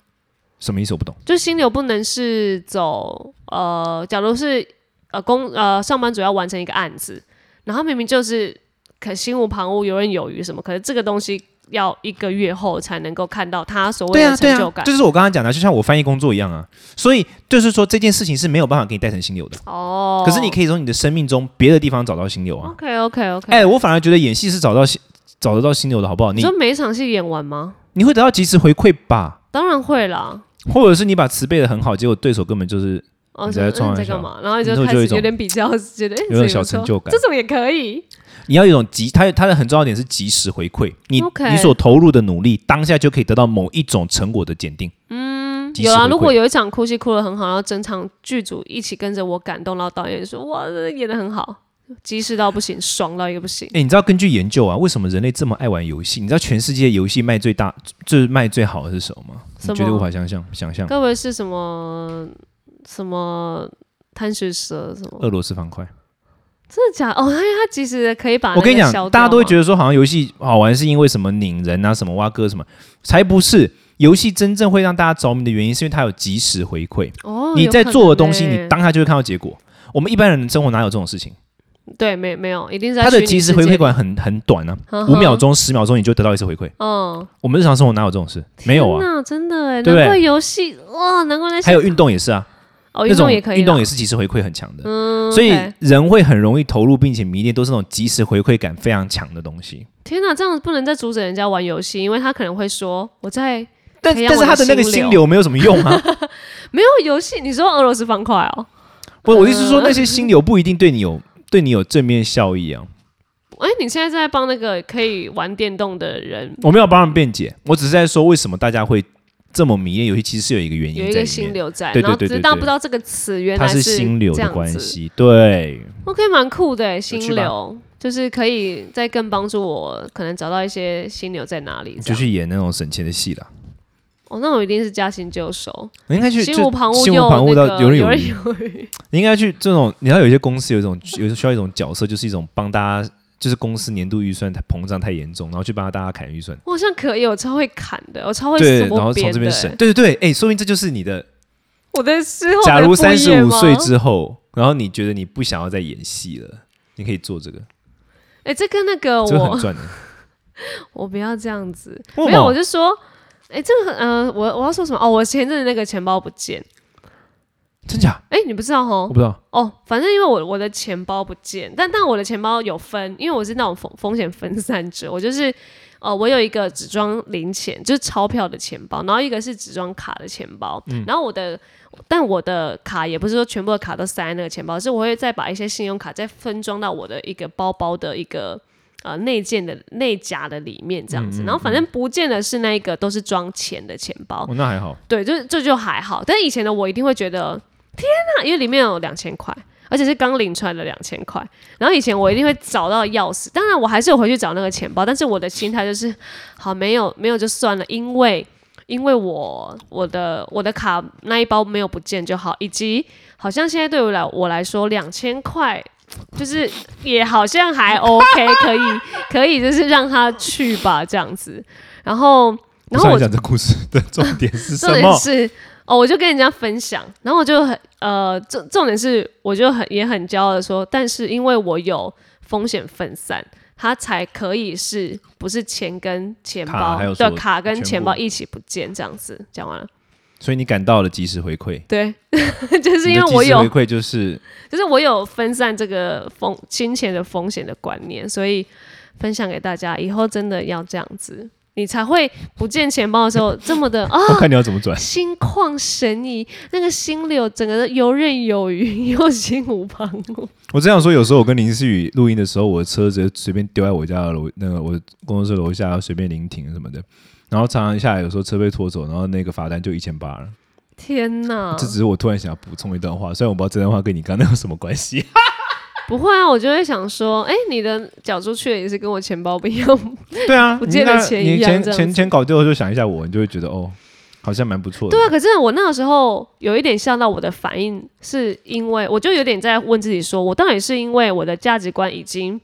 [SPEAKER 1] 什么意思我不懂。
[SPEAKER 2] 就心流不能是走呃，假如是呃工呃上班族要完成一个案子，然后明明就是可心无旁骛、游刃有余什么，可是这个东西要一个月后才能够看到他所谓
[SPEAKER 1] 对
[SPEAKER 2] 的
[SPEAKER 1] 啊对
[SPEAKER 2] 成就
[SPEAKER 1] 啊，
[SPEAKER 2] 感。
[SPEAKER 1] 就是我刚刚讲的，就像我翻译工作一样啊。所以就是说这件事情是没有办法给你带成心流的，
[SPEAKER 2] 哦，
[SPEAKER 1] 可是你可以从你的生命中别的地方找到心流啊。
[SPEAKER 2] OK OK OK，、
[SPEAKER 1] 哎、我反而觉得演戏是找到心找得到心流的好不好？
[SPEAKER 2] 你
[SPEAKER 1] 你
[SPEAKER 2] 说每一场戏演完吗？
[SPEAKER 1] 你会得到及时回馈吧？
[SPEAKER 2] 当然会啦。
[SPEAKER 1] 或者是你把词背的很好，结果对手根本就是
[SPEAKER 2] 哦，
[SPEAKER 1] 你
[SPEAKER 2] 说
[SPEAKER 1] 在
[SPEAKER 2] 嗯
[SPEAKER 1] 创
[SPEAKER 2] 你
[SPEAKER 1] 造
[SPEAKER 2] 在
[SPEAKER 1] 一下
[SPEAKER 2] 干嘛？然后你
[SPEAKER 1] 那
[SPEAKER 2] 就
[SPEAKER 1] 就
[SPEAKER 2] 开
[SPEAKER 1] 有一
[SPEAKER 2] 始
[SPEAKER 1] 种
[SPEAKER 2] 有点比较，觉得哎，
[SPEAKER 1] 有
[SPEAKER 2] 这
[SPEAKER 1] 种
[SPEAKER 2] 个
[SPEAKER 1] 小
[SPEAKER 2] 不错
[SPEAKER 1] 成就感
[SPEAKER 2] 这种也可以。
[SPEAKER 1] 你要有一种及，它它的很重要点是及时回馈，你
[SPEAKER 2] OK
[SPEAKER 1] 你所投入的努力，当下就可以得到某一种成果的检定。嗯，
[SPEAKER 2] 有啊，如果有一场哭戏哭的很好，然后整场剧组一起跟着我感动，然后导演说哇，这演的很好，及时到不行，爽到一个不行。
[SPEAKER 1] 哎、你知道根据研究啊，为什么人类这么爱玩游戏？你知道全世界游戏卖最大，就是卖最好的是什么吗？
[SPEAKER 2] 什么
[SPEAKER 1] 你绝对无法想象，想象
[SPEAKER 2] 该不会是什么什么贪食蛇什么？
[SPEAKER 1] 俄罗斯方块。
[SPEAKER 2] 真的假的？哦，因为他其实可以把
[SPEAKER 1] 我跟你讲，大家都会觉
[SPEAKER 2] 得
[SPEAKER 1] 得说好像游戏好玩是因为什么拧人啊，什么挖哥什么，才不是。游戏真正会让大家着迷的原因，是因为它有及时回馈。
[SPEAKER 2] 哦，
[SPEAKER 1] 你
[SPEAKER 2] 有
[SPEAKER 1] 在
[SPEAKER 2] 可
[SPEAKER 1] 做的
[SPEAKER 2] 能
[SPEAKER 1] 东西，
[SPEAKER 2] 欸
[SPEAKER 1] 你当下就会看到结果。我们一般人生活哪有这种事情？
[SPEAKER 2] 对没没有，一定是在
[SPEAKER 1] 它的
[SPEAKER 2] 虚拟
[SPEAKER 1] 及时
[SPEAKER 2] 世
[SPEAKER 1] 回
[SPEAKER 2] 界
[SPEAKER 1] 馈
[SPEAKER 2] 里
[SPEAKER 1] 感很很短啊，
[SPEAKER 2] 呵
[SPEAKER 1] 五
[SPEAKER 2] 呵
[SPEAKER 1] 秒钟、十秒钟你就得到一次回馈。
[SPEAKER 2] 嗯，
[SPEAKER 1] 我们日常生活哪有这种事？没有
[SPEAKER 2] 天
[SPEAKER 1] 啊。
[SPEAKER 2] 哪，真的哎，
[SPEAKER 1] 对不对
[SPEAKER 2] 难怪游戏哇，难怪那些
[SPEAKER 1] 还有运动也是啊，那
[SPEAKER 2] 哦，运
[SPEAKER 1] 种
[SPEAKER 2] 动也可以啦，
[SPEAKER 1] 运动也是及时回馈很强的，
[SPEAKER 2] 嗯，
[SPEAKER 1] 所以
[SPEAKER 2] OK
[SPEAKER 1] 人会很容易投入并且迷恋，都是那种及时回馈感非常强的东西。
[SPEAKER 2] 天哪，这样子不能再阻止人家玩游戏，因为他可能会说我在
[SPEAKER 1] 但
[SPEAKER 2] 培养
[SPEAKER 1] 但是
[SPEAKER 2] 我
[SPEAKER 1] 他
[SPEAKER 2] 的
[SPEAKER 1] 的那个
[SPEAKER 2] 心
[SPEAKER 1] 心
[SPEAKER 2] 流
[SPEAKER 1] 流没有什么用 啊。
[SPEAKER 2] 没有游戏，你说俄罗斯方块哦？
[SPEAKER 1] 不，我的意思是说那些心流不一定对你有对你有正面效益啊。
[SPEAKER 2] 哎，你现在在帮那个可以玩电动的人
[SPEAKER 1] 我没有帮他们辩解，我只是在说为什么大家会这么迷恋游戏，其实是有一个原因在
[SPEAKER 2] 有一
[SPEAKER 1] 里
[SPEAKER 2] 个
[SPEAKER 1] 面。
[SPEAKER 2] 心流在，
[SPEAKER 1] 对对
[SPEAKER 2] 然后
[SPEAKER 1] 对
[SPEAKER 2] 只
[SPEAKER 1] 对
[SPEAKER 2] 是大家
[SPEAKER 1] 对
[SPEAKER 2] 不知道这个词原
[SPEAKER 1] 它
[SPEAKER 2] 来
[SPEAKER 1] 是心
[SPEAKER 2] 心
[SPEAKER 1] 流的关。系，对，
[SPEAKER 2] OK，蛮酷的欸心
[SPEAKER 1] 趣吧
[SPEAKER 2] 流，就是可以再更帮助我，可能找到一些心流在哪里这样。
[SPEAKER 1] 就去演那种省钱的戏啦。
[SPEAKER 2] 哦，那我一定是驾轻就熟，
[SPEAKER 1] 你应该去
[SPEAKER 2] 心
[SPEAKER 1] 就
[SPEAKER 2] 无旁骛
[SPEAKER 1] 心
[SPEAKER 2] 又
[SPEAKER 1] 无旁骛
[SPEAKER 2] 那
[SPEAKER 1] 到
[SPEAKER 2] 个
[SPEAKER 1] 游刃
[SPEAKER 2] 有
[SPEAKER 1] 有余。
[SPEAKER 2] 有余。
[SPEAKER 1] 你应该去这种，你要有一些公司有一种有需要一种角色，就是一种帮大家，就是公司年度预算太膨胀太严重，然后去帮大家砍预算，
[SPEAKER 2] 我好像可以，我超会砍的，我超会
[SPEAKER 1] 对，
[SPEAKER 2] 缩
[SPEAKER 1] 然后从
[SPEAKER 2] 编
[SPEAKER 1] 这边
[SPEAKER 2] 的欸
[SPEAKER 1] 省，对对对，哎，说明这就是你的。
[SPEAKER 2] 我的之后
[SPEAKER 1] 假
[SPEAKER 2] 的
[SPEAKER 1] 如
[SPEAKER 2] 副业
[SPEAKER 1] 三十五
[SPEAKER 2] 吗
[SPEAKER 1] 岁之后，然后你觉得你不想要再演戏了，你可以做这个，
[SPEAKER 2] 哎、这跟那个
[SPEAKER 1] 这个很
[SPEAKER 2] 我
[SPEAKER 1] 赚的。
[SPEAKER 2] 我不要这样子，
[SPEAKER 1] 为
[SPEAKER 2] 没
[SPEAKER 1] 什
[SPEAKER 2] 有，
[SPEAKER 1] 么
[SPEAKER 2] 我就说，哎、这个很呃，我我要说什么？哦，我前阵子那个钱包不见，
[SPEAKER 1] 真假？
[SPEAKER 2] 哎、你不知道
[SPEAKER 1] 我
[SPEAKER 2] 吼？
[SPEAKER 1] 不知道。
[SPEAKER 2] 哦，反正因为我我的钱包不见，但但我的钱包有分，因为我是那种风风险分散者，我就是呃，我有一个只装零钱，就是钞票的钱包，然后一个是只装卡的钱包，然后我的。但我的卡也不是说全部的卡都塞在那个钱包，是我会再把一些信用卡再分装到我的一个包包的一个呃内件的内夹的里面这样子。然后反正不见得是那一个都是装钱的钱包，
[SPEAKER 1] 哦，那还好。
[SPEAKER 2] 对，就这就还好。但以前的我一定会觉得，天哪，因为里面有两千块，而且是刚领出来的两千块。然后以前我一定会找到钥匙，当然我还是有回去找那个钱包，但是我的心态就是，好，没有没有就算了，因为因为我我的我的卡那一包没有不见就好，以及好像现在对我来我来说两千块。就是也好像还 OK，可以可以，就是让他去吧这样子。然后，然后
[SPEAKER 1] 我想
[SPEAKER 2] 我
[SPEAKER 1] 讲这故事的重点是什
[SPEAKER 2] 重点
[SPEAKER 1] 么？
[SPEAKER 2] 是哦，我就跟人家分享，然后我就很呃，重重点是我就很也很骄傲的说，但是因为我有风险分散，它才可以是不是钱跟钱
[SPEAKER 1] 卡
[SPEAKER 2] 包
[SPEAKER 1] 还有所
[SPEAKER 2] 对卡跟
[SPEAKER 1] 全部
[SPEAKER 2] 钱包一起不见这样子，讲完了，
[SPEAKER 1] 所以你感到了及时回馈，
[SPEAKER 2] 对， 就是因
[SPEAKER 1] 你
[SPEAKER 2] 为
[SPEAKER 1] 的
[SPEAKER 2] 我
[SPEAKER 1] 及时
[SPEAKER 2] 有
[SPEAKER 1] 回馈就是
[SPEAKER 2] 就是我有分散这个风金钱的风险的观念，所以分享给大家，以后真的要这样子，你才会不见钱包的时候这么的啊。
[SPEAKER 1] 我看你要怎么转。
[SPEAKER 2] 心旷神怡，那个心流整个游刃有余，又心无旁骛。
[SPEAKER 1] 我只想说，有时候我跟林思雨录音的时候，我的车直接随便丢在我家的楼那个我工作室楼下随便临停什么的，然后常常下来有时候车被拖走，然后那个罚单就一千八了。
[SPEAKER 2] 天哪
[SPEAKER 1] 这！只是我突然想要补充一段话，虽然我不知道这段话跟你刚刚有什么关系。
[SPEAKER 2] 不会啊，我就会想说，哎、你的缴出去的也是跟我钱包不一样。
[SPEAKER 1] 对啊，
[SPEAKER 2] 不见得
[SPEAKER 1] 你那
[SPEAKER 2] 钱一
[SPEAKER 1] 你
[SPEAKER 2] 样
[SPEAKER 1] 钱
[SPEAKER 2] 这样
[SPEAKER 1] 钱
[SPEAKER 2] 子
[SPEAKER 1] 钱搞丢了就想一下我，你就会觉得哦，好像蛮不错的。
[SPEAKER 2] 对啊，可是我那个时候有一点吓到我的反应，是因为我就有点在问自己说，我到底是因为我的价值观已经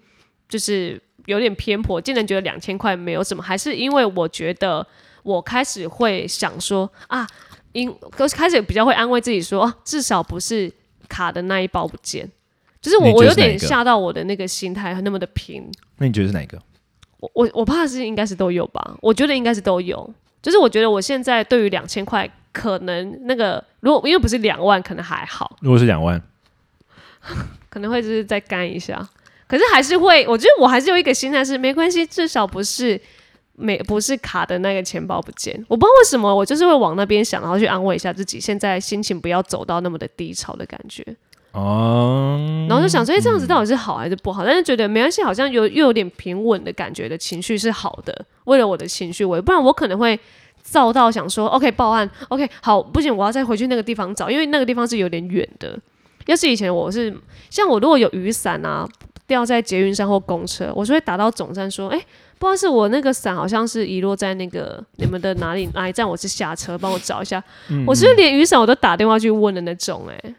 [SPEAKER 2] 就是有点偏颇，竟然觉得两千块没有什么，还是因为我觉得我开始会想说啊，因开始比较会安慰自己说，啊、至少不是卡的那一包不见。就是我，
[SPEAKER 1] 你觉
[SPEAKER 2] 我
[SPEAKER 1] 得
[SPEAKER 2] 有
[SPEAKER 1] 是哪一
[SPEAKER 2] 点
[SPEAKER 1] 个
[SPEAKER 2] 吓到我的那个心态那么的平，
[SPEAKER 1] 那你觉得是哪一个？
[SPEAKER 2] 我我我怕的是应该是都有吧，我觉得应该是都有。就是我觉得我现在对于两千块，可能那个如果因为不是两万，可能还好，
[SPEAKER 1] 如果是两万，
[SPEAKER 2] 可能会就是再干一下。可是还是会，我觉得我还是有一个心态是没关系，至少不是没不是卡的那个钱包不见。我不知道为什么，我就是会往那边想，然后去安慰一下自己，现在心情不要走到那么的低潮的感觉。
[SPEAKER 1] 哦，
[SPEAKER 2] 然后就想说，哎、这样子到底是好还是不好？但是觉得没关系，好像有又有点平稳的感觉的情绪是好的。为了我的情绪，我不然我可能会躁到想说，OK 报案，OK 好，不行，我要再回去那个地方找，因为那个地方是有点远的。要是以前我是像我如果有雨伞啊掉在捷运上或公车，我就会打到总站说，哎、不知道是我那个伞好像是遗落在那个你们的哪里哪一站，我是下车帮我找一下。
[SPEAKER 1] 嗯
[SPEAKER 2] 我是连雨伞我都打电话去问的那种、哎。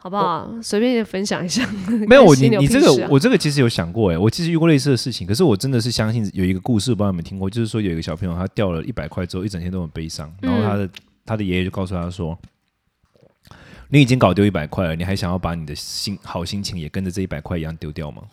[SPEAKER 2] 好不好？随便分享一下。
[SPEAKER 1] 没有我
[SPEAKER 2] 犀
[SPEAKER 1] 你
[SPEAKER 2] 牛
[SPEAKER 1] 你
[SPEAKER 2] 屁
[SPEAKER 1] 这个
[SPEAKER 2] 事啊
[SPEAKER 1] 我这个其实有想过哎、我其实遇过类似的事情，可是我真的是相信有一个故事，我不知道你们听过，就是说有一个小朋友他掉了一百块之后，一整天都很悲伤，然后他
[SPEAKER 2] 嗯
[SPEAKER 1] 的、他的爷爷就告诉他说。你已经搞丢一百块了，你还想要把你的心好心情也跟着这一百块一样丢掉吗？嗯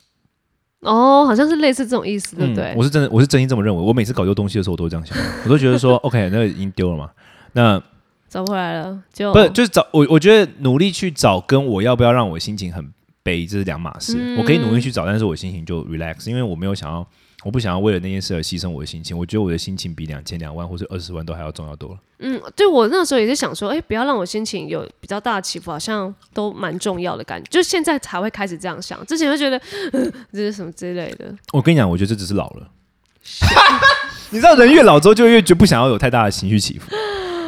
[SPEAKER 2] 哦，好像是类似这种意思，对不对？
[SPEAKER 1] 我是真的，我是真心这么认为。我每次搞丢东西的时候，我都会这样想，我都觉得说，OK，那个已经丢了嘛。那
[SPEAKER 2] 找不回来了，就
[SPEAKER 1] 不是就是找我，我觉得努力去找跟我要不要让我心情很悲，这是两码事。我可以努力去找，但是我心情就 relax，因为我没有想要，我不想要为了那件事而牺牲我的心情。我觉得我的心情比两千、两万或者二十万都还要重要多了。
[SPEAKER 2] 嗯，对我那时候也是想说，哎，不要让我心情有比较大的起伏，好像都蛮重要的感觉。就现在才会开始这样想，之前会觉得 呃这是什么之类的。
[SPEAKER 1] 我跟你讲，我觉得这只是老了。你知道，人越老之后就越觉不想要有太大的情绪起伏。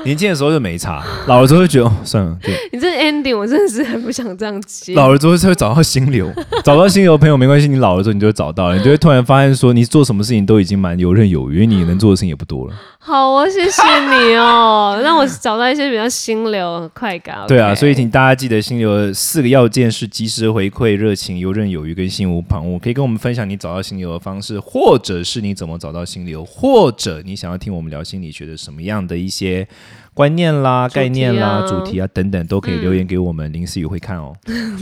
[SPEAKER 1] 年轻的时候就没差，老了之后就觉得哦，算了，对，
[SPEAKER 2] 你这 ending 我真的是很不想这样接。
[SPEAKER 1] 老了之后就会找到心流，找到心流的朋友没关系，你老了之后你就会找到了，你就会突然发现说，你做什么事情都已经蛮游刃有余，因为你能做的事情也不多了。
[SPEAKER 2] 好哦，谢谢你哦， 让我找到一些比较心流和快感。
[SPEAKER 1] 对啊，
[SPEAKER 2] OK
[SPEAKER 1] 所以请大家记得心流的四个要件是及时回馈、热情、游刃有余跟心无旁骛。可以跟我们分享你找到心流的方式，或者是你怎么找到心流，或者你想要听我们聊心理学的什么样的一些观念啦、
[SPEAKER 2] 主题啊嗯
[SPEAKER 1] 概念啦、主题啊等等，都可以留言给我们。林思雨会看哦，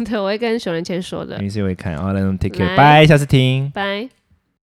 [SPEAKER 2] 对，我会跟熊仁谦说的。
[SPEAKER 1] 嗯林思雨会看。好，那我们 take care，
[SPEAKER 2] 来
[SPEAKER 1] 拜，下次听。
[SPEAKER 2] 拜。